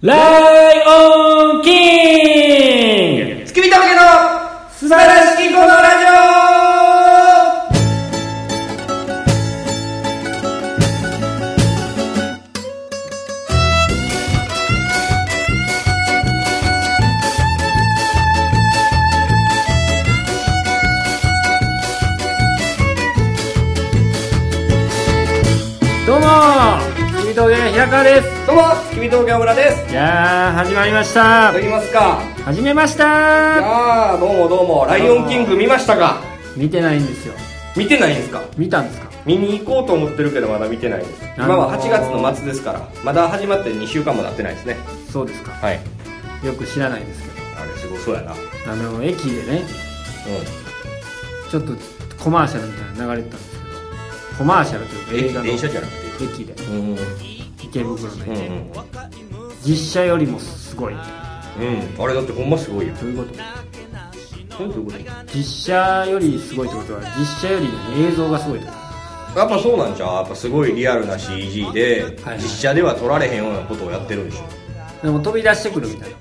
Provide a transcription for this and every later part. ライオンキング月見峠の素晴らしきこのラジどうも月見峠の平川ですオどうも月見峠小倉ですいやー始まりましいたただきますか始めましいたやーどうもどうもライオンキング見ましたか見てないんですよ見てないんですか見たんですか見に行こうと思ってるけどまだ見てないですあのー今は8月の末ですからまだ始まって2週間も経ってないですねそうですかはいよく知らないですけあれすごそうやなうんどあの駅でねちょっとコマーシャルみたいなの流れてたんですけどコマーシャルというか映画の電車じゃなくて駅でうん池袋のうん駅実写よりもすごいうんあれだってほんますごいやんどういうことどういうことや実写よりすごいってことは実写より映像がすごいってことっぱそうなんじゃうやっぱすごいリアルな CG ではい実写では撮られへんようなことをやってるんでしょでも飛び出してくるみたいな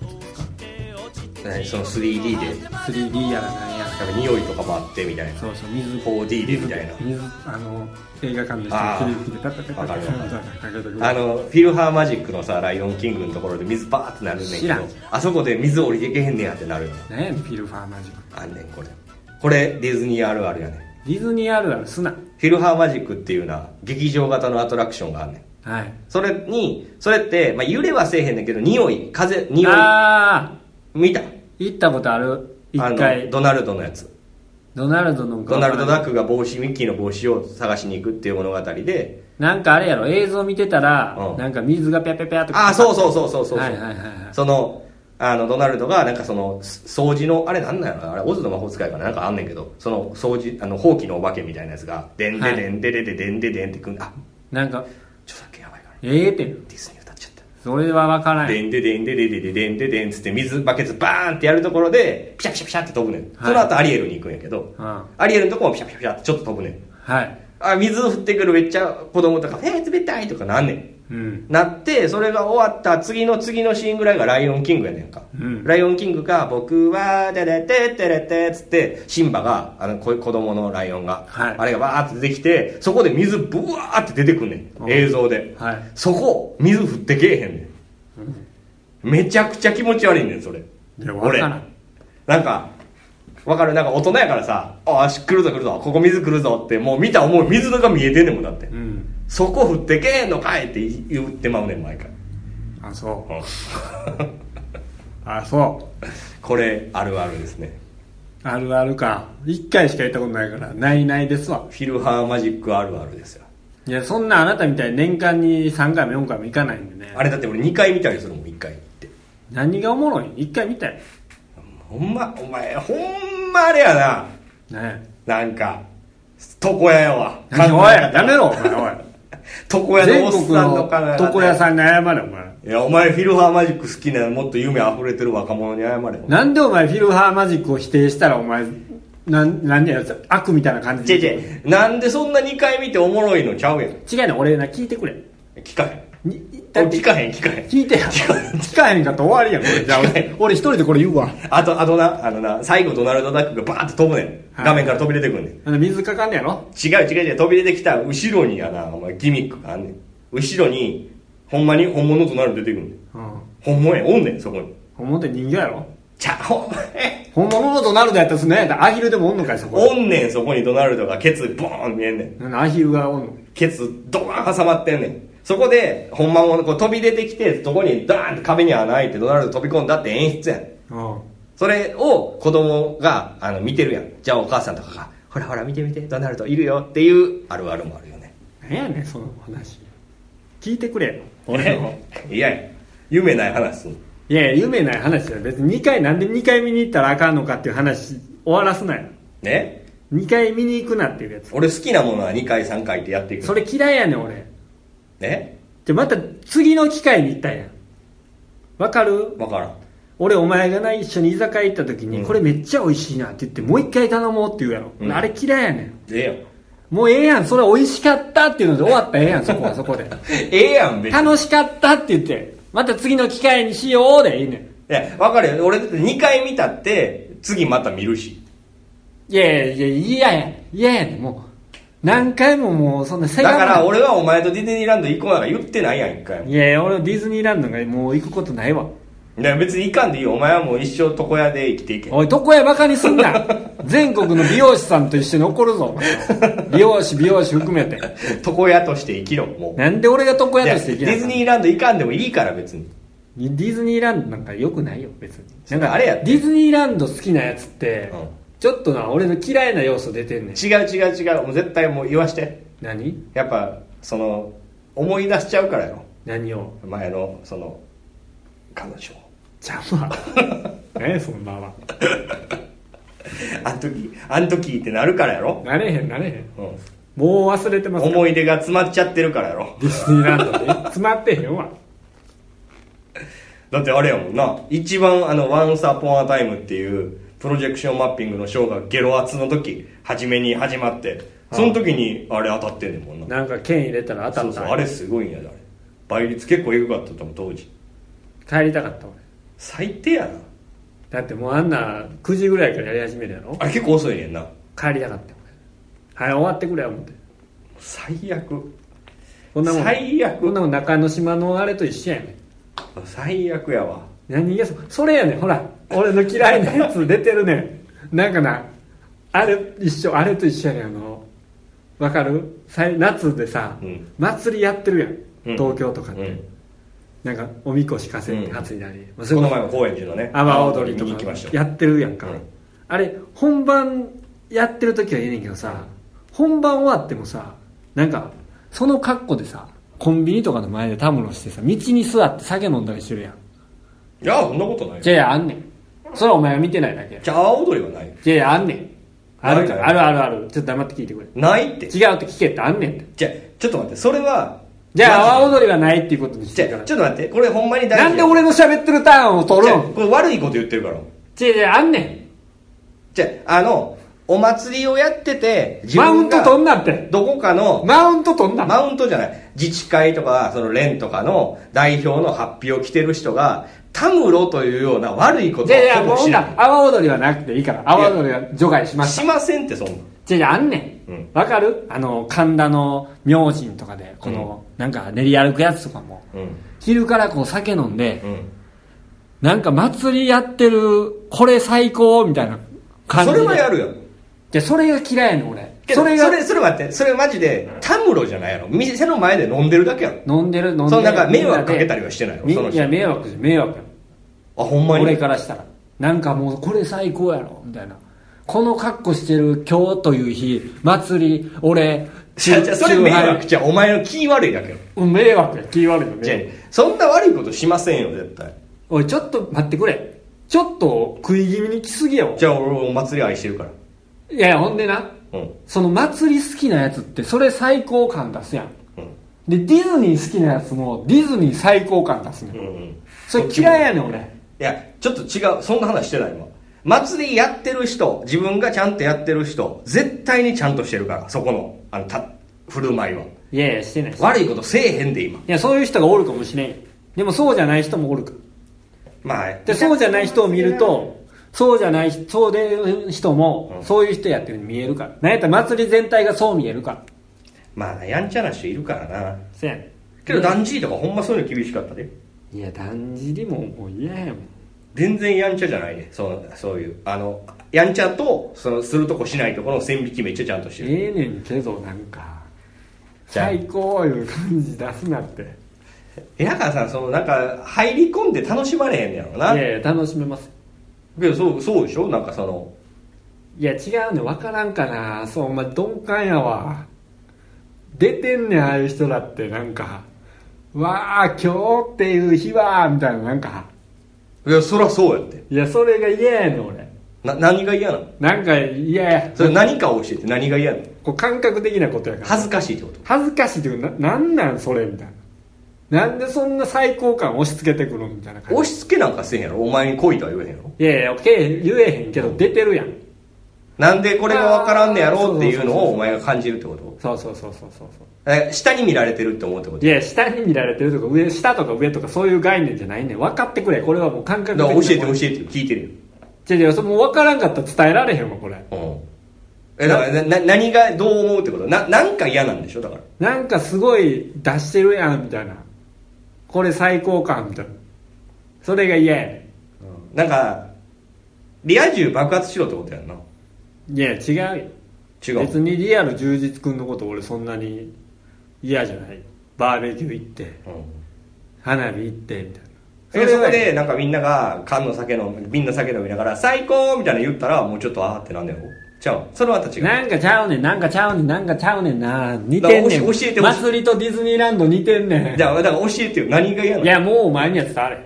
何その 3D で 3D やらなんやらなんか匂いとかもあってみたいなそうそう水 4D でみたいな水あの映画館であー霧吹きでタタタタタタタタタタタあのフィルハーマジックのさ「ライオンキング」のところで水バーってなるんねん知けらどんあそこで水降りてけへんねやってなるよ何やねんフィルファーマジックあんねんこれこれディズニーあるあるやねんディズニーあるあるすなフィルハーマジックっていうな劇場型のアトラクションがあんねんはいそれにそれって、まあ、揺れはせえへんねんけど匂い風匂いああ見た行ったことある一あの回ドナルドのやつドナルドのドナルド・ダッククが帽子ミッキーの帽子を探しに行くっていう物語でなんかあれやろ映像見てたらうんなんか水がピャピャピャとかああそうそうそうそうそうそう、はいはいはいはいそのあのドナルドがなんかそのす掃除のあれなんなんやろなあれオズの魔法使いかななんかあんねんけどその掃除あのほうきのお化けみたいなやつがでんででんででででんででんってくんあなんかちょっとだけやばいからええってディズニー歌っちゃっそれは分からたんでんででんでででででんででんつって水バケツバーンってやるところでピシャピシャピシャって飛ぶねん、はいその後アリエルに行くんやけど、うんアリエルのとこもピシャピシャピシャってちょっと飛ぶねんはいあ水降ってくるめっちゃ子供とか「えー、冷たい!」とかなんねんうんなってそれが終わった次の次のシーンぐらいが「ライオンキング」やねんか、うんライオンキングが「僕はででててれて」っつってシンバがあのこ子供のライオンが、はいあれがわーって出てきてそこで水ブワーって出てくんねうんん映像で、はいそこ水降ってけえへんねん、めちゃくちゃ気持ち悪いねんそれでわ俺からんなんかわかるなんか大人やからさ「ああ来るぞ来るぞここ水来るぞ」ってもう見た思う水が見えてんねんもんだって、うんそこ降ってけえんのかいって言ってまうねん毎回あそううんあそうこれあるあるですねあるあるか一回しか行ったことないからないないですわフィルハーマジックあるあるですよいやそんなあなたみたいに年間に3回も4回も行かないんでねあれだって俺2回見たりするもん1回行って何がおもろいん一回見たよほんまお前ほんまあれやねえななんか床屋やわ何おいやめろお前 おい床屋の全おっ国さんのの考え方床屋さんに謝れお前いやお前フィルハーマジック好きなのもっと夢あふれてる若者に謝れなんでお前フィルハーマジックを否定したらお前なんなんでやつ悪みたいな感じちでぇちぇなんでそんな2回見ておもろいのちゃうやん違うね俺な聞いてくれ聞かへんにだ俺って聞かへん聞かへん聞いてや聞かへんかったら終わりやんこれじゃあ俺俺一人でこれ言うわ あとあとなあのな最後ドナルド・ダックがバーッと飛ぶねんはい画面から飛び出てくんねんあの水かかんねやろ違う違う違う飛び出てきた後ろにやなお前ギミックがあんねん後ろにほんまに本物となる出てくんねんうん本物やおんねんそこに本って人形やろちゃほんまに本物のドナルドやったらすねアヒルでもおんのかいそこおんねんそこにドナルドがケツボーン見えんねんなんでアヒルがおんのケツドーン挟まってんねんそこでほんまもこう飛び出てきてそこにダーンって壁に穴開いてドナルド飛び込んだって演出やんそれを子供があの見てるやんじゃあお母さんとかがほらほら見て見てドナルドいるよっていうあるあるもあるよねなんやねんその話聞いてくれよ俺俺のいやいや夢ない話すんのいやいや夢ない話だよ別に2回なんで2回見に行ったらあかんのかっていう話終わらすなよね2回見に行くなっていうやつ俺好きなものは2回3回ってやっていくそれ嫌いやねん俺ねでまた次の機会に行ったんやんわかる分からん俺お前がな一緒に居酒屋行った時に、うんこれめっちゃ美味しいなって言ってもう一回頼もうって言うやろ、うんあれ嫌いやねんええやんもうええやんそれ 美味しかったっていうので終わったらええやんそこはそこでええやん別に楽しかったって言ってまた次の機会にしようでいいねんいや、わかるよ。俺だって2回見たって、次また見るし。いやいやいやいやいやいやねんもう何回ももうそんなせだがむから俺はお前とディズニーランド行こうなら言ってないやん、一回も。いやいや俺ディズニーランドがもう行くことないわいや、別に行かんでいいよ。お前はもう一生床屋で生きていけ。おいどこやバカにすんな全国の美容師さんと一緒に怒るぞ美容師美容師含めて床屋として生きろ、もう。なんで俺が床屋としていいけやないディズニーランド行かんでもいいから、別に。ディズニーランドなんか良くないよ別になんかあれやってディズニーランド好きなやつって、うんちょっとな俺の嫌いな要素出てんねん違う違う違う。もう絶対もう言わして。何やっぱ、その、思い出しちゃうからよ。何を前の、その、彼女を。 邪 魔何やそんなはあん時、あん時ってなるからやろ。なれへんなれへんうん。もう忘れてますよ思い出が詰まっちゃってるからやろ。ディズニーランドで詰まってへんわだってあれやもんな一番あの「Once Upon a Time」っていうプロジェクションマッピングのショーがゲロ圧の時初めに始まってその時にあれ当たってんねんもんななんか剣入れたら当たそっうたそうあれすごいんやであれ倍率結構エグかったと思う当時帰りたかった俺最低やなだってもうあんな9時ぐらいからやり始めるやろあれ結構遅いねんな帰りたかった俺はい終わってくれ思って最悪こんなもん最悪こんなもん中之島のあれと一緒やねん最悪やわ何がそそれやねんほら俺の嫌いなやつ出てるねんなんかなあれ一緒あれと一緒やねんあのわかるさい夏でさ、うん祭りやってるやん、うん東京とかって、うんなんかおみこし担いでうん担いだり、まあそれこのこ前も高円寺のね阿波踊りと見に行きましかたやよってるやんか、うんあれ本番やってる時はいいねんけどさ本番終わってもさなんかその格好でさコンビニとかの前でたむろしてさ道に座って酒飲んだりしてるやんいやそんなことないよじゃあいやあんねんそれはお前が見てないだけじゃあ阿波踊りはないよじゃあいやあんねんあるあるあるあるあるちょっと黙って聞いてくれないって違うって聞けってあんねんってじゃあちょっと待ってそれはじゃあ阿マ波踊ジでりはないっていうことにしじてゃるかあらちょっと待ってこれほんまに大事なんで俺の喋ってるターンを取じるゃあんこれ悪いこと言ってるからじゃあいやあんねんじゃああのお祭りをやってて自マウン分トが取んなってどこかのマウント取んなマウントじゃない自治会とかその連とかの代表の発表を着てる人がタムロというような悪いことじをゃあいやもうほしんななら阿波踊りはなくていいから阿波踊りは除外しまいしたしませんってそんなんじゃあいやあんねうんんわかるあの神田の明神とかでこのなんか練り歩くやつとかもうん昼からこう酒飲んでうんなんか祭りやってる、これ最高みたいな感じそで。れはやるよじゃそれが嫌いやねん、俺。けどそそれれがそれ待ってそれマジでタムロじゃないやろ店の前で飲んでるだけやろ飲んでる、飲んでる。そのなんか迷惑かけたりはしてないのみその人いや、迷惑じゃん迷惑やんあほんまに俺からしたら。なんかもう、これ最高やろ、みたいな。この格好してる今日という日、祭り、俺、 じゃあじゃあそれ迷中惑杯じゃあお前の気悪いだけやろうん迷惑や、気悪いのじゃあね。そんな悪いことしませんよ絶対おい、ちょっと待ってくれ。ちょっと食い気味に来すぎやわ。じゃあ俺お祭り愛してるからいやいや、ほんでな、うんその祭り好きなやつって、それ最高感出すやん。うでディズニー好きなやつもディズニー最高感出すね、んうんいそれ嫌いやねん俺やちょっと違うそんな話してない今祭りやってる人自分がちゃんとやってる人絶対にちゃんとしてるからそこのあのた振る舞いはいやいやしてないし悪いことせえへんで今いやそういう人がおるかもしれんよでもそうじゃない人もおるかまあでそうじゃない人を見るとそうじゃない人そうで人もうんそういう人やってるように見えるからなんやったら祭り全体がそう見えるからまあやんちゃな人いるからなせやねけどダンジーとかほんまそういうの厳しかったでんいやだんじりももう嫌やもん全然やんちゃじゃないねそうそういうあのやんちゃとそのするとこしないとこの線引きめっちゃちゃんとしてるええねんけどなんかじゃあ最高いう感じ出すなってい平川さんそのなんか入り込んで楽しまれへんねやろなやいや楽しめますけどそうそうでしょなんかそのいや違うね分からんかなそうお前鈍感やわ出てんねんああいう人だってなんかわあ今日っていう日はみたいななんかいやそりゃそうやっていやそれが嫌やねん俺な何が嫌なのなんか嫌やそれ何かを教えて何が嫌なのこう感覚的なことやから恥ずかしいってこと恥ずかしいっていうかななんなんそれみたいななんでそんな最高感押し付けてくるみたいな感押じし付けなんかせえへんやろお前に来いとは言えへんやろいやいやけえ言えへんけど出てるやんなんでこれがわからんねやろうっていうのをお前が感じるってことそうそうそうそうそうそうえ下に見られてるって思うってこといや下に見られてるとか上下とか上とかそういう概念じゃないねん分かってくれこれはもう感覚だから教えて教えいてよ聞いてるよ違う違うそれもう分からんかったら伝えられへんわこれうんえだからなな何がどう思うってことななんか嫌なんでしょだからなんかすごい出してるやんみたいなこれ最高感みたいなそれが嫌やねなんかリア充爆発しろってことやんなんいや違うよ違別うにリアル充実君のこと俺そんなに嫌じゃないバーベキュー行ってうん花火行ってみたいなそそこはでなんかみんなが缶の酒飲み瓶の酒飲みながら「最高!」みたいなの言ったらもうちょっとあーってなんだよちゃうそれはまた違うなんかちゃうねんなんかちゃうねんなんかちゃうねんな似てんねんだから教えてほしい祭りとディズニーランド似てんねんじゃあだから教えてよ何が嫌ないやもうお前には伝われん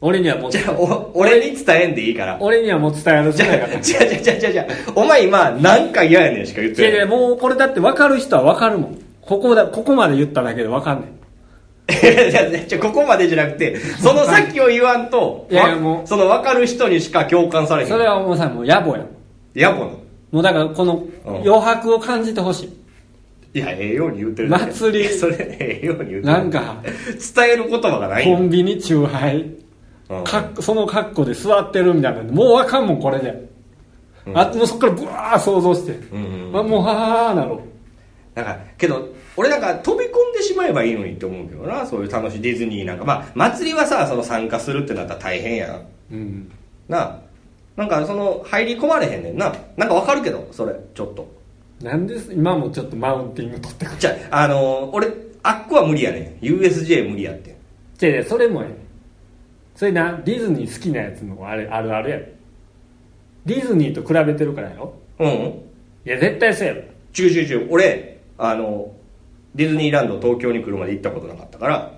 俺にはもうじゃあお俺に伝えんでいいから俺にはもう伝えるしじかゃあなかったじゃあじゃあじゃあじゃあお前今なんか嫌やねんしか言っいやていなやいもうこれだって分かる人は分かるもんここだここまで言っただけで分かんないじゃあじゃあここまでじゃなくてその先を言わんといやいやもうその分かる人にしか共感されへんそれはもうさもう野暮やもん野暮なもうだからこのうん余白を感じてほしいいやええように言ってるだけ祭りそれええように言ってるなんか伝える言葉がないコンビニ中杯うんかっその格好で座ってるみたいなもうわかんもんこれで、うんあもうそっからブワー想像して、うんうんうんあもうはあなろなんかけど俺なんか飛び込んでしまえばいいのにって思うけどなそういう楽しいディズニーなんかまあ祭りはさその参加するってなったら大変やんう、うん、なあなんかその入り込まれへんねんななんかわかるけどそれちょっとなんです今もちょっとマウンティング取ってくじゃああのー俺あっこは無理やねん USJ 無理やってる違う違うそれもやねそれなディズニー好きなやつのあれあるあるやろディズニーと比べてるからやろうんうんいや絶対そうやろちゅうちゅうちゅう俺あのディズニーランド東京に来るまで行ったことなかったから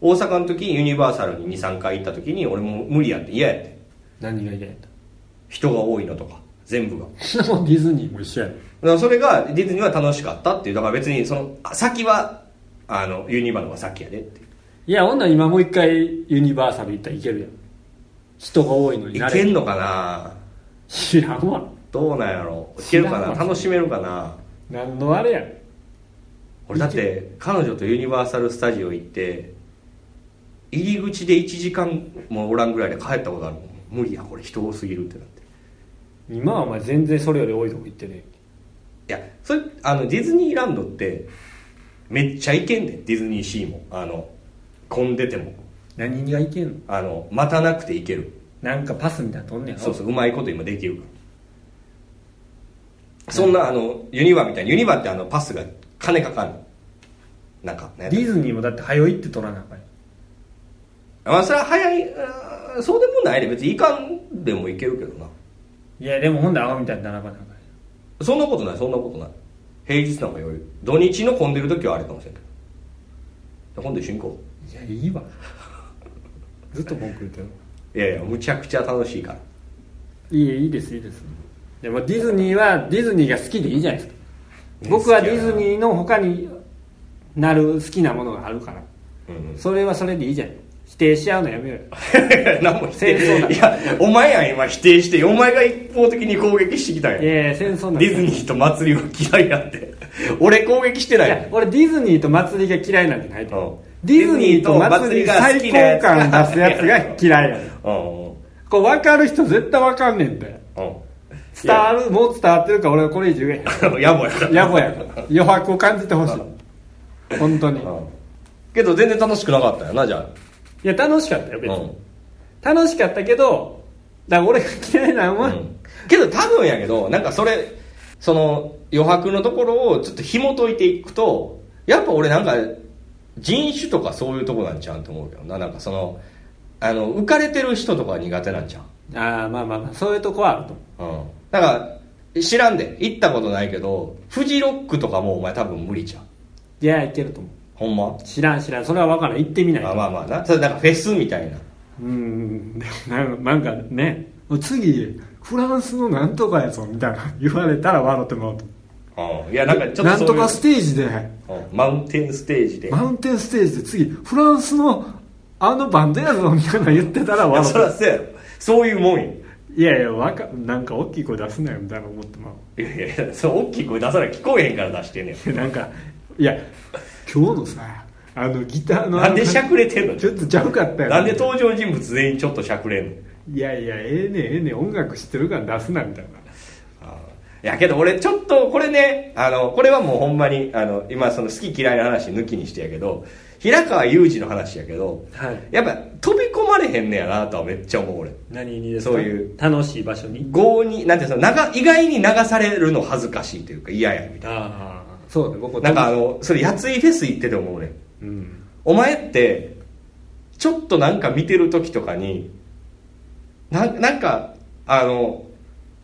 大阪の時ユニバーサルに23回行った時に俺も無理やって嫌やって何が嫌やった人が多いのとか全部がだかそんなもん ディズニーも一緒やろらそれがディズニーは楽しかったっていうだから別にそのあ先はあのユニバの方が先やでっていやほんなら今もう一回ユニバーサル行ったらいけるやん人が多いのにいなれけんのかな知らんわどうなんやろいけるか知らんなわ楽しめるかな何のあれやん俺だって彼女とユニバーサル・スタジオ行って入り口で1時間もおらんぐらいで帰ったことあるもん無理やこれ人多すぎるってなって今はお前全然それより多いとこ行ってねいやそれあのディズニーランドってめっちゃ行けんでディズニーシーもあの混んでても何がいけんのあの待たなくて行けるなんかパスみたいなのとんねやろそうそううまいこと今できるからそんなあのユニバみたいにユニバってあのパスが金かかるなんかねディズニーもだって早いって取らなあかんよまあそれは早いあーそうでもないで別にいかんでもいけるけどないやでもほんでアホみたいに並ばなあかんよそんなことないそんなことない平日なんか余裕土日の混んでる時はあれかもしれんけど今度一緒に行こいやいいわずっと文句言ってるういやいやむちゃくちゃ楽しいからいいいいですいいですでもディズニーはディズニーが好きでいいじゃないですか僕はディズニーの他になる好きなものがあるからうんうん それはそれでいいじゃん否定し合うのやめようよ何も否戦争だ定いやお前やん今否定してお前が一方的に攻撃してきたんやいデやいや戦争なんだィズニーと祭りは嫌いだって 俺攻撃してないいやや俺ディズニーと祭りが嫌いなんじゃないと思ううんディズニーと祭り最高感出すやつが嫌いやねんんうんこれ分かる人絶対分かんねんてうん 伝わるもう伝わってるから俺はこれ以上言えいや野暮やへん野暮やから余白を感じてほしい本当にいうんけど全然楽しくなかったよなじゃあや楽しかったよ別うにん楽しかったけどだから俺が嫌いなのは、けど多分やけどなんかそれその余白のところをちょっと紐解いていくとやっぱ俺なんか人種とかそういうとこなんちゃうんと思うけどななんかそのあの浮かれてる人とか苦手なんちゃああまあまあまあそういうとこはあると思ううんだから知らんで行ったことないけどフジロックとかもお前多分無理じゃんういやいけると思うほんま知らん知らんそれは分からん行ってみないまあとまあまあなそれなんかフェスみたいなうんでもなんかなんかね次フランスのなんとかやぞみたいな言われたら笑ってもらうとうんいやなんかちょっとなんそういとうかステージでうんマウンテンステージでマウンテンステージで次フランスのあのバンドやぞみたいな言ってたらいや笑そりゃそうやろそういうもんやいやいやわかなんか大きい声出すなよみたいな思ってまいやいやそれ大きい声出さない聞こえへんから出してんねんうなんかいや今日のさあのギターのなんでしゃくれてんのちょっとちゃうかったよなんで登場人物全員ちょっとしゃくれんのいやいやええねんええねん音楽知ってるから出すなみたいなあーいやけど俺ちょっとこれねあのこれはもうほんまにあの今その好き嫌いの話抜きにしてやけど平川雄二の話やけど、はいやっぱ飛び込まれへんねやなとはめっちゃ思う俺何にですかそういう楽しい場所に強になんていうの流意外に流されるの恥ずかしいというか嫌やみたいあそうね僕ななんかあのそれやついフェス行ってて思うねんうんお前ってちょっとなんか見てる時とかにななんかあの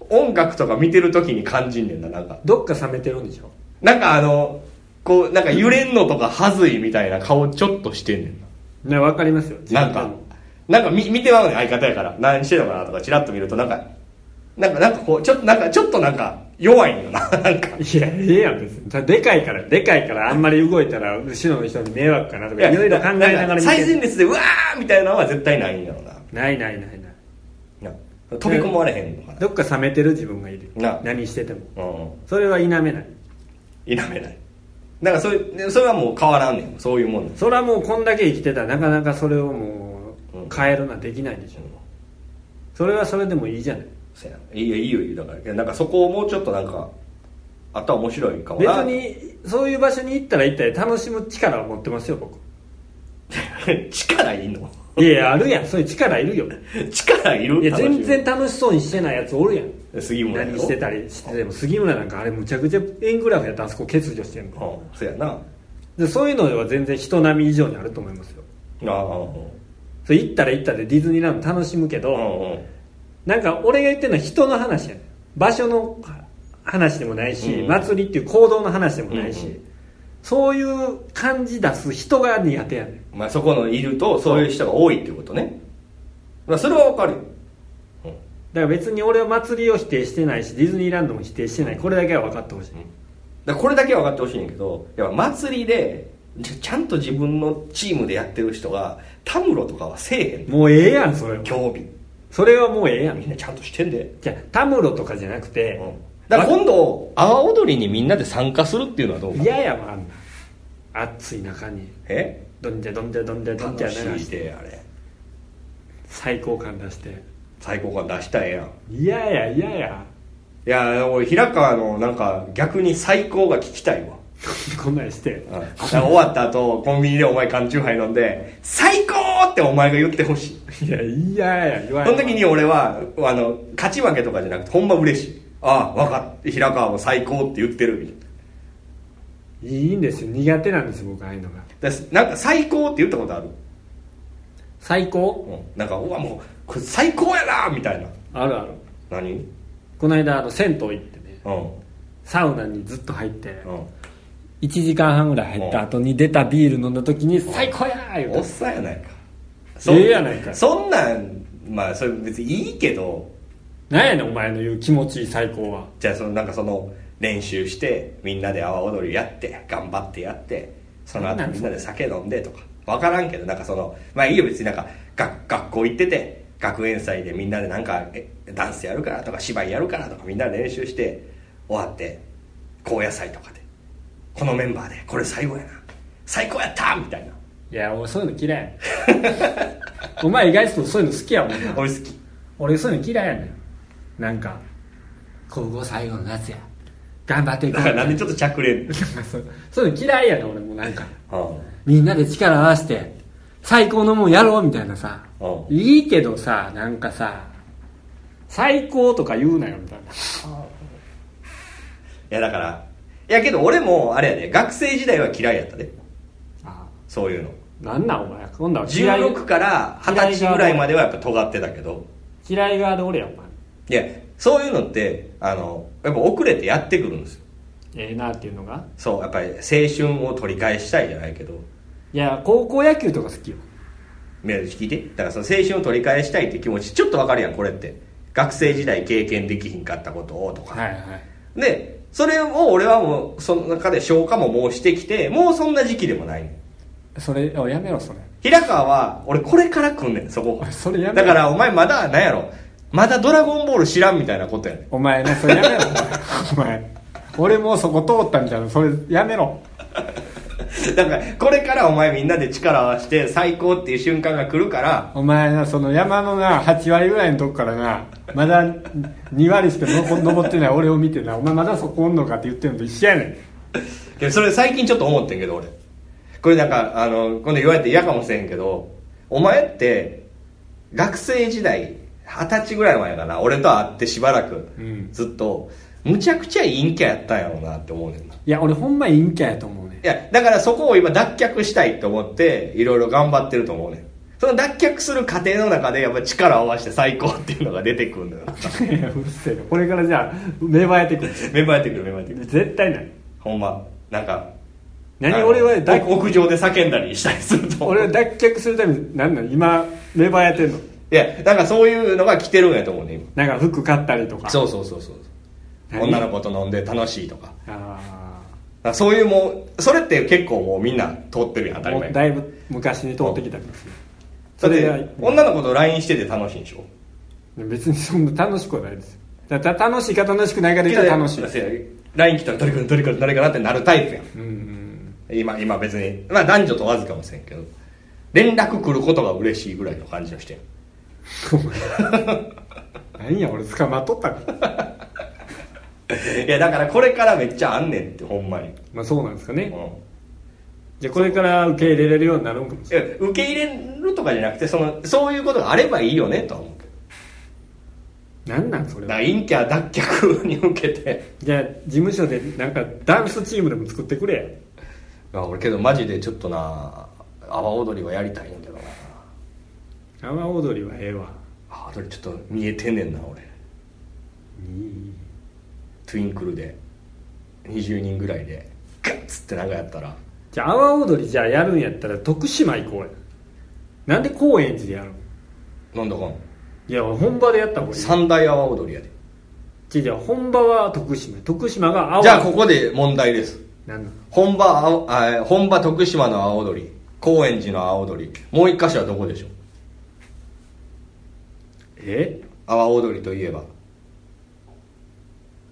音楽とか見てる時に感じんねんななんかあどっか冷めてるんでしょなんかあのこうなんか揺れんのとかはずいみたいな顔ちょっとしてんねんねわかりますよななんかなんか見見てまうねん相方やから何してんのかなとかチラッと見るとなんかなんかなんかこうちょっとなんかちょっとなんか弱いんよな なんかいやええやん別にただでかいからでかいからあんまり動いたら後ろの人に迷惑かなとかいろいろ考えながら見んかて最前列でうわーみたいなのは絶対ないんやろうなないないないないな飛び込まれへんのかどっか冷めてる自分がいるな何しててもなうんそれは否めない否めないだからそれでそれはもう変わらんねんそういうもんなんそれはもうこんだけ生きてたらなかなかそれをもううん変えるのはできないでしょ、それはそれでもいいじゃないそやないいよいいよいいよだからなんかそこをもうちょっとなんかあったら面白いかも別なにそういう場所に行ったら行ったら楽しむ力を持ってますよ 僕 力いいのいやいやあるやんそういう力いる よ力いるいや楽しみ全然楽しそうにしてないやつおるやん杉村やろ何してたりしてても杉村なんかあれむちゃくちゃ円グラフやったらあそこ欠如してんうのんそやなあでそういうのは全然人並み以上にあると思いますよあうんそれ行ったら行ったでディズニーランド楽しむけうど、んうんなんか俺が言ってるのは人の話やねん場所の話でもないし、うん祭りっていう行動の話でもないし、うんうんそういう感じ出す人が苦手やねんまあそこのいるとそういう人が多いっていうことねまあそれはわかるよだから別に俺は祭りを否定してないしディズニーランドも否定してないこれだけは分かってほしい、だからこれだけは分かってほしいんやけどやっぱ祭りでちゃちゃんと自分のチームでやってる人がタムロとかはせえへんもうええやんそれは競技それはもうええやんみんなちゃんとしてんで、じゃあタムロとかじゃなくてだから今度阿波踊りにみんなで参加するっていうのはどうか嫌やわあんな暑い中にえどんじゃどんじゃどんじゃどんじゃ楽鳴らししいてであれ最高感出して最高感出したらええやん嫌や嫌やいや俺平川のなんか逆に最高が聞きたいわこんなんしてうんだから終わった後コンビニでお前缶チューハイ飲んで「最高!」ってお前が言ってほしいいや嫌や言わそれの時に俺はあの勝ち負けとかじゃなくてほんま嬉しいああ分かって平川も最高って言ってるみたいないいんですよ苦手なんですよ僕ああいうのがだからなんか最高って言ったことある、最高うん、なんかうわもうこれ最高やなみたいなあるある何うんこの間あの銭湯行ってねうんサウナにずっと入って1時間半ぐらい入った後に出たビール飲んだ時に最高やーお言っうてさんやないかええやないかそんなんまあそれ別にいいけど何やねんお前の言う気持ちいい最高はじゃあそのなんかその練習してみんなで阿波踊りやって頑張ってやってその後みんなで酒飲んでとか分からんけどなんかそのまあいいよ別になんか学学校行ってて学園祭でみんなでなんかえダンスやるからとか芝居やるからとかみんなで練習して終わって高野菜とかでこのメンバーでこれ最後やな最高やったみたいないや俺そういうの嫌いやねん お前意外とそういうの好きやもんな俺好き俺そういうの嫌いやねんなんか高校最後の夏や頑張っていこだうからなんでちょっとちゃくれん のそうそういうの嫌いやねん俺もなんかうんみんなで力を合わせて最高のもんやろうみたいなさうんいいけどさなんかさ最高とか言うなよみたいないやだからいやけど俺もあれやで学生時代は嫌いやったであそういうのなんなんお前今度は嫌い16から20歳ぐらいまではやっぱ尖ってたけど嫌い側でおれやお前いやそういうのってあのやっぱ遅れてやってくるんですよええなっていうのがそうやっぱり青春を取り返したいじゃないけどいや高校野球とか好きよいや聞いてだからその青春を取り返したいって気持ちちょっとわかるやんこれって学生時代経験できひんかったことをとか、はいはいでそれを俺はもうその中で消化ももうしてきてもうそんな時期でもないねんそれおやめろそれ平川は俺これから来んねんそこそれやめろだからお前まだ何やろまだドラゴンボール知らんみたいなことや ねお前ねそれやめ ろお前俺もうそこ通ったみたいなそれやめろだからこれからお前みんなで力を合わせて最高っていう瞬間が来るからお前なその山のな8割ぐらいのとこからなまだ2割しかのこ登ってない俺を見てなお前まだそこおんのかって言ってるのと一緒やねんけどそれ最近ちょっと思ってんけど俺これなんかあの今度言われて嫌かもしれんけどお前って学生時代二十歳ぐらい前かな俺と会ってしばらく、んずっとむちゃくちゃ陰キャやったんやろうなって思うねんないいや俺ほんま陰キャやと思うねんやだからそこを今脱却したいと思っていろいろ頑張ってると思うねんその脱却する過程の中でやっぱ力を合わせて最高っていうのが出てくるんだよ い やうるせえよこれからじゃあ芽生えてくるメンバーやってくるメンバーやってくる絶対ないほんまなんかあ何の俺は脱屋屋上で叫んだりしたりすると思う俺は脱却するために何なの今芽生えてんのいやなんかそういうのが来てるんやと思うね今なんか服買ったりとかそうそうそうそう何女の子と飲んで楽しいとかあなんかそういうもうそれって結構もうみんな通ってるやあん当たりも前うだいぶ昔に通ってきたんですよそそれれがで女の子と LINE してて楽しいんでしょ別にそんな楽しくはないですだだ楽しいか楽しくないかで言ったら楽しいせや LINE 来たらどれくんどれくんどれかなってなるタイプやんうんうん今今別にまあ男女とわずかもせんけど連絡来ることが嬉しいぐらいの感じの人やん何や俺捕まっとったかいやだからこれからめっちゃあんねんってほんまに、 まあそうなんですかうんねじゃあこれから受け入れれるようになるんかもしいや受け入れるとかじゃなくてそのそういうことがあればいいよねとは思うけどれない何なんそれだかはら陰キャ脱却に向けてじゃあ事務所でなんかダンスチームでも作ってくれ あ俺けどマジでちょっとな阿波踊りはやりたいんだけどな阿波踊りはええわ阿波踊りちょっと見えてんねんな俺トゥインクルで20人ぐらいでガッつってなんかやったらじゃあ阿波踊りじゃあやるんやったら徳島行こうやなんで高円寺でやるのなんだかんいや本場でやった方がいい三大阿波踊りやでじゃあじゃあ本場は徳島徳島が阿波じゃあここで問題ですなんなの本場あおあ本場徳島の阿波踊り高円寺の阿波踊りもう一箇所はどこでしょうえ阿波踊りといえば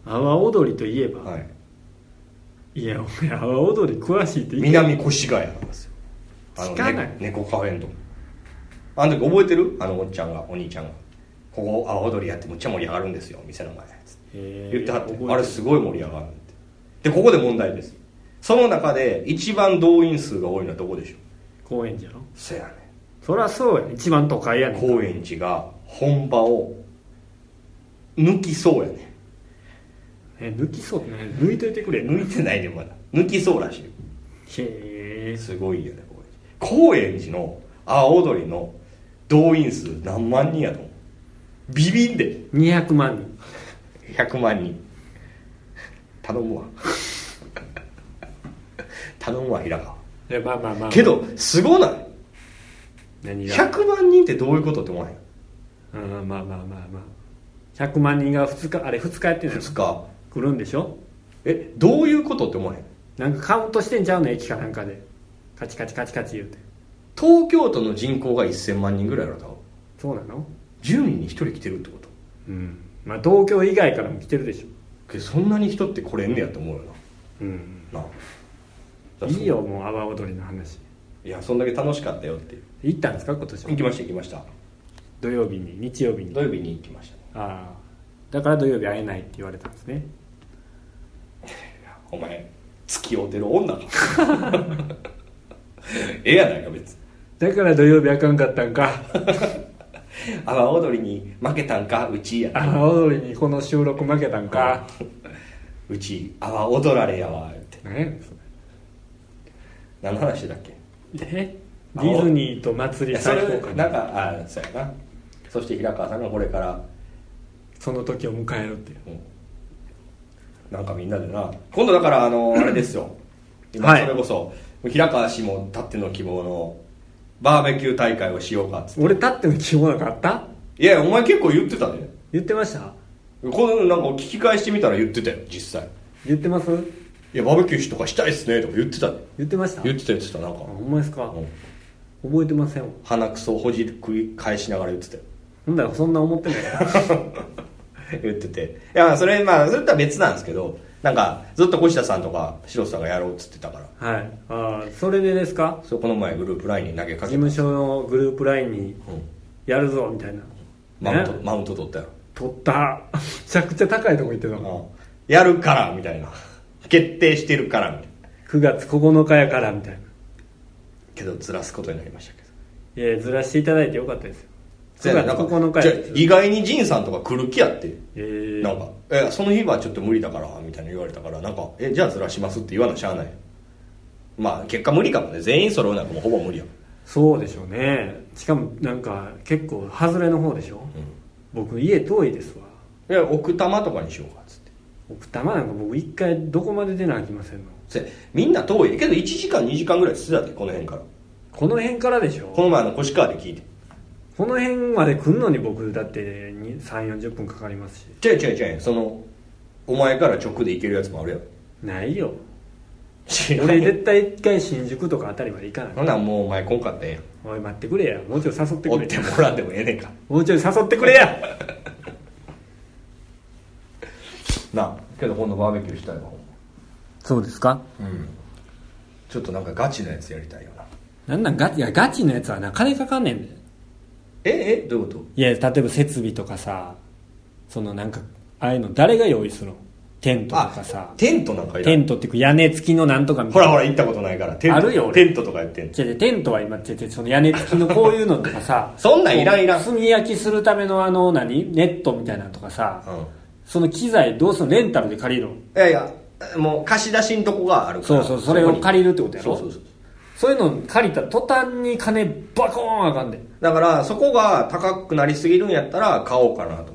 阿波踊りといえば、はいい、やお前阿波踊り詳しいって言って南越谷なんですよあの聞かないね猫カフェのとこあの時覚えてるあのおっちゃんがお兄ちゃんがここ阿波踊りやってむっちゃ盛り上がるんですよ店の前つってえー言ってはって覚えあれすごい盛り上がるってでここで問題ですその中で一番動員数が多いのはどこでしょう高円寺やろそやねそりゃそうや一番都会やねん高円寺が本場を抜きそうやねえ抜きそうって何抜いといてくれ抜いてないでまだ抜きそうらしへいすごいよね高円寺高円寺の阿波踊りの動員数何万人やと思うビビんでえ200万人100万人頼むわ頼むわ平川いやまあまあまあけどすごない何が100万人ってどういうことって思わへんうんまあまあまあまあ100万人が2日あれ2日やってんの2日来るんでしょえどういうことって思わへんなんかカウントしてんちゃうの駅かなんかでカチカチカチカチ言うて東京都の人口が1000万人ぐらいやろ多分そうなの10人に1人来てるってことうんまあ東京以外からも来てるでしけどそんなに人って来れんねやと思うよょうんななあいいよもう阿波踊りの話いやそんだけ楽しかったよっていう行ったんですか今年は行きました行きました土曜日に日曜日に土曜日に行きましたねああだから土曜日会えないって言われたんですねお前付き合うてる女か ええやないか別にだから土曜日あかんかったんか阿波踊りに負けたんかうちや阿波踊りにこの収録負けたんかうち阿波踊られやわって何やねんそれ何の話だっけえディズニーと祭いりやそ最れ高かなんなかあそうやなそして平川さんがこれからその時を迎えるっていうなんかみんなでな今度だからあのあれで すよ今はいそれこそ、平川氏もたっての希望のバーベキュー大会をしようかっつって俺立っての希望なんかあったいやお前結構言ってたね言ってましたこのなんか聞き返してみたら言ってたよ実際言ってますいやバーベキューとかしたいっすねとか言ってたね言ってました言ってた言ってたなんかあほんまですかうん覚えてませんわ鼻くそをほじくり返しながら言ってたよなんだよそんな思ってない 言ってていやそれまあそれとは別なんですけどなんかずっと越田さんとか白さんがやろうっつってたからはいああそれでですかそうこの前グループ LINE に投げ事かけた務所のグループ LINE にうんやるぞみたいなマウント、ねマウント取ったよ取っためちゃくちゃ高いとこ行ってたもんやるからみたいな決定してるからみたいな9月9日やからみたいなけどずらすことになりましたけどいやずらしていただいてよかったですよそ9うや月ななんか9日じゃやあ意外に仁さんとか来る気やってえーなんか「えその日はちょっと無理だから」みたいな言われたからなんか「えじゃあずらします」って言わなしゃあないまあ結果無理かもね全員揃うなんかもうほぼ無理やもんそうでしょうねしかもなんか結構外れの方でしょ、僕家遠いですわいや奥多摩とかにしようかっつって奥多摩なんか僕一回どこまで出なあきませんのせみんな遠いけど1時間2時間ぐらいしてたでこの辺からこの辺からでしょこの前あの越川で聞いてこの辺まで来んのに僕だって3 4 0分かかりますし「ちゃいちゃいちゃいそのお前から直で行けるやつもあるやんないよ知らん俺やん絶対一回新宿とかあたりまで行かないほんなんもうお前こんかったらえおい待ってくれやもうちょい誘ってくえやんおっれてもらんでもええねんかもうちょい誘ってくれやなあけど今度バーベキューしたいわほんそうですかまうんちょっとなんかガチなやつやりたいよななんなんガチいやガチのやつはな金かかんねんでええどういうこいや例えば設備とかさそのなんかああいうの誰が用意するのテントととかさテントなんかいらんテントっていうか屋根付きのなんとかみほたいらなほら行ったことないからテントあるよ俺テントとかやってんの違う違うテントは今違う違うその屋根付きのこういうのとかさそんなんいらんいらん炭焼きするためのあの何ネットみたいなのとかさ、うんその機材どうするのレンタルで借りるのいやいやもう貸し出しんとこがあるかそらうそうそれを借りるってことやろそうそうそうそういうの借りた途端に金バコーン上がんでだからそこが高くなりすぎるんやったら買おうかなと思って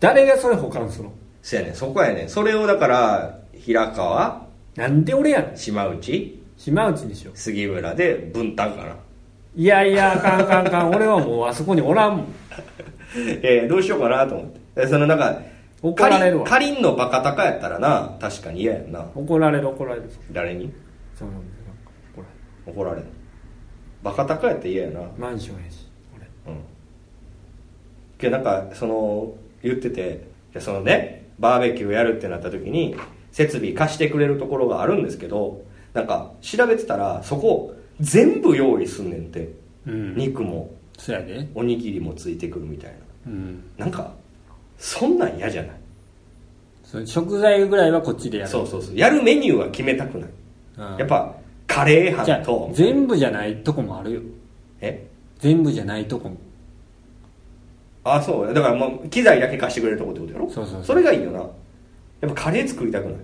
誰がそれ保管するのせやねんそこやねんそれをだから平川なんで俺やねん島内島内にしよう杉村で分担かな いやいやあかんあかんあかん俺はもうあそこにおらんもんえー、どうしようかなと思ってえそのなんか怒られるわかりんのバカ高やったらな確かに嫌やんな怒られる怒られる誰にそうなんだよなんか怒られ怒られんバカ高やったら嫌やなるマンションやし俺うんけどなんかその言ってていやそのねバーベキューやるってなった時に設備貸してくれるところがあるんですけどなんか調べてたらそこ全部用意すんねんて、うん肉もそやでおにぎりもついてくるみたいうんななんかそんなん嫌じゃないそれ食材ぐらいはこっちでやるそうそうそうやるメニューは決めたくない、うんやっぱカレーじゃ飯あと全部じゃないとこもあるよえ全部じゃないとこもあそうだからもう機材だけ貸してくれるとこってことやろそうそうそうれがいいよなやっぱカレー作りたくない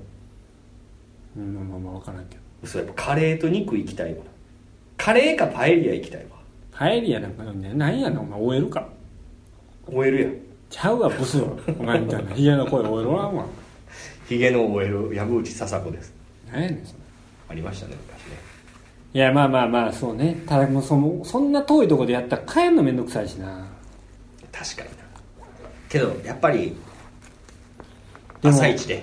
うんまあまあ分からんけどそうやっぱカレーと肉行きたいわカレーかパエリア行きたいわパエリアなんかねなんやのお前 OL か終えるやんちゃうわブスはお前みたいなヒゲの声 OL おらんわヒゲの終える藪内笹子ですなんやねんそれありましたね昔ねいやまあまあまあそうねただもうそのそんな遠いとこでやったら帰んのめんどくさいしな確かになけどやっぱりでも朝一で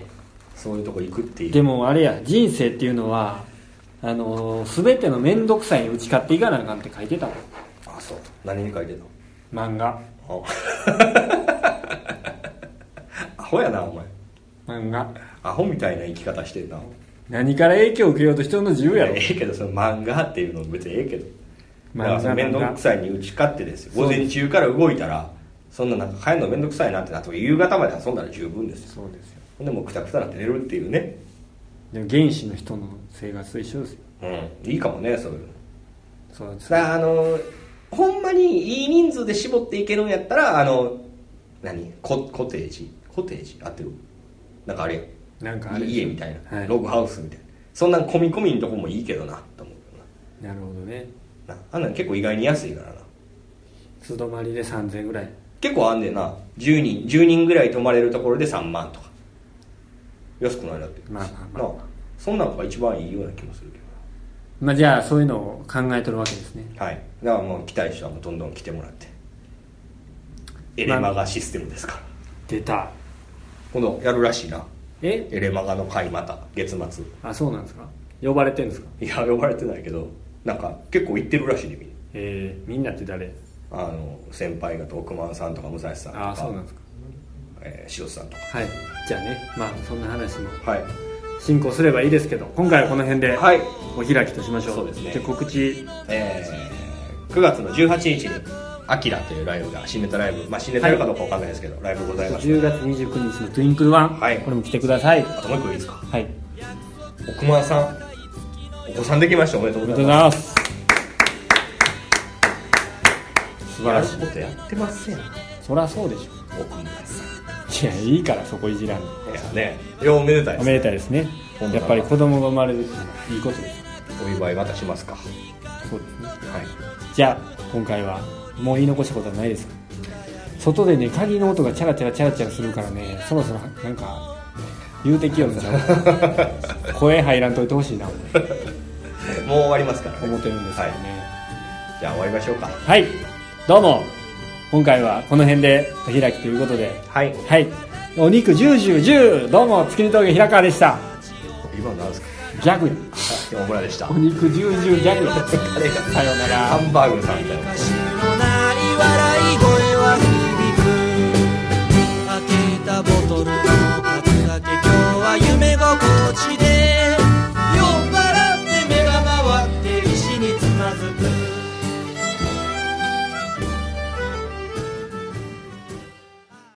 そういうとこ行くっていうでもあれや人生っていうのはあのー全てのめんどくさいに打ち勝っていかなあかんって書いてたもんあそう何に書いてんの漫画 アホやなお前漫画アホみたいな生き方してんな何から影響を受けようと人の自由やろええけどその漫画っていうの別にええけど漫画だからその面倒くさいに打ち勝ってですよ午前中から動いたらそんななんか帰るの面倒くさいなってなって夕方まで遊んだら十分ですよそうですよほんでもうくたくたなって寝るっていうねでも原始の人の生活と一緒ですようんいいかもねそういうのそうですだからあのほんまにいい人数で絞っていけるんやったらあの何ココテージコテージ合ってるなんかあれやなんかあれい家みたいな、はいログハウスみたいなそんなん込み込みのとこもいいけどなと思うけなるほどねどななあんなん結構意外に安いからな素泊まりで3000円ぐらい結構あんねんな10人10人ぐらい泊まれるところで3万とか安くないだってまあまあまあなそんなんが一番いいような気もするけまあじゃあそういうのを考えとるわけですねどはいだからもう来たい人はもうどんどん来てもらってエレマガシステムですから、出た今度やるらしいなえエレマガの会また月末あそうなんですか呼ばれてるんですかいや呼ばれてないけどなんか結構行ってるらしいねみんなえー、みんなって誰あの先輩方億万さんとか武蔵さんとかああそうなんですかえー塩津さんとはいじゃあねまあそんな話もかはい進行すればいいですけど今回はこの辺ではいお開きとしましょう,、そうですねじゃあ告知えー9月の18日に「アキラというライブが新ネタライブまあ新ネタやるかどうかわかんないですけど、ライブございます10月29日のトゥインクルワン、はいこれも来てくださいあともう一個いいですかはい奥間さんお子さんできましたおめでとうありがとございうございまますす素晴らしいやることやってますやんそりゃそうでし奥間さょいやいいからそこいじらんでんいやねようめでたいおですめでたいですねほんまやだっぱり子供が生まれるっていうのはいいことですお祝いまたしますかはそうですねいじゃあ今回はもう言い残したことはないですか外でね鍵の音がチャラチャラチャラチャラするからねそろそろなんか言うてきよるんちゃ う声入らんといてほしいなもう終わりますから、ね、思ってるんですけどはい、ねじゃあ終わりましょうかはい、どうも今回はこの辺でお開きということではいはいお肉10十10どうも月見峠平川でした今のなんですかギャグやはい山村でしたお肉10十ギャグやあれがさようならハンバーグさんみたいな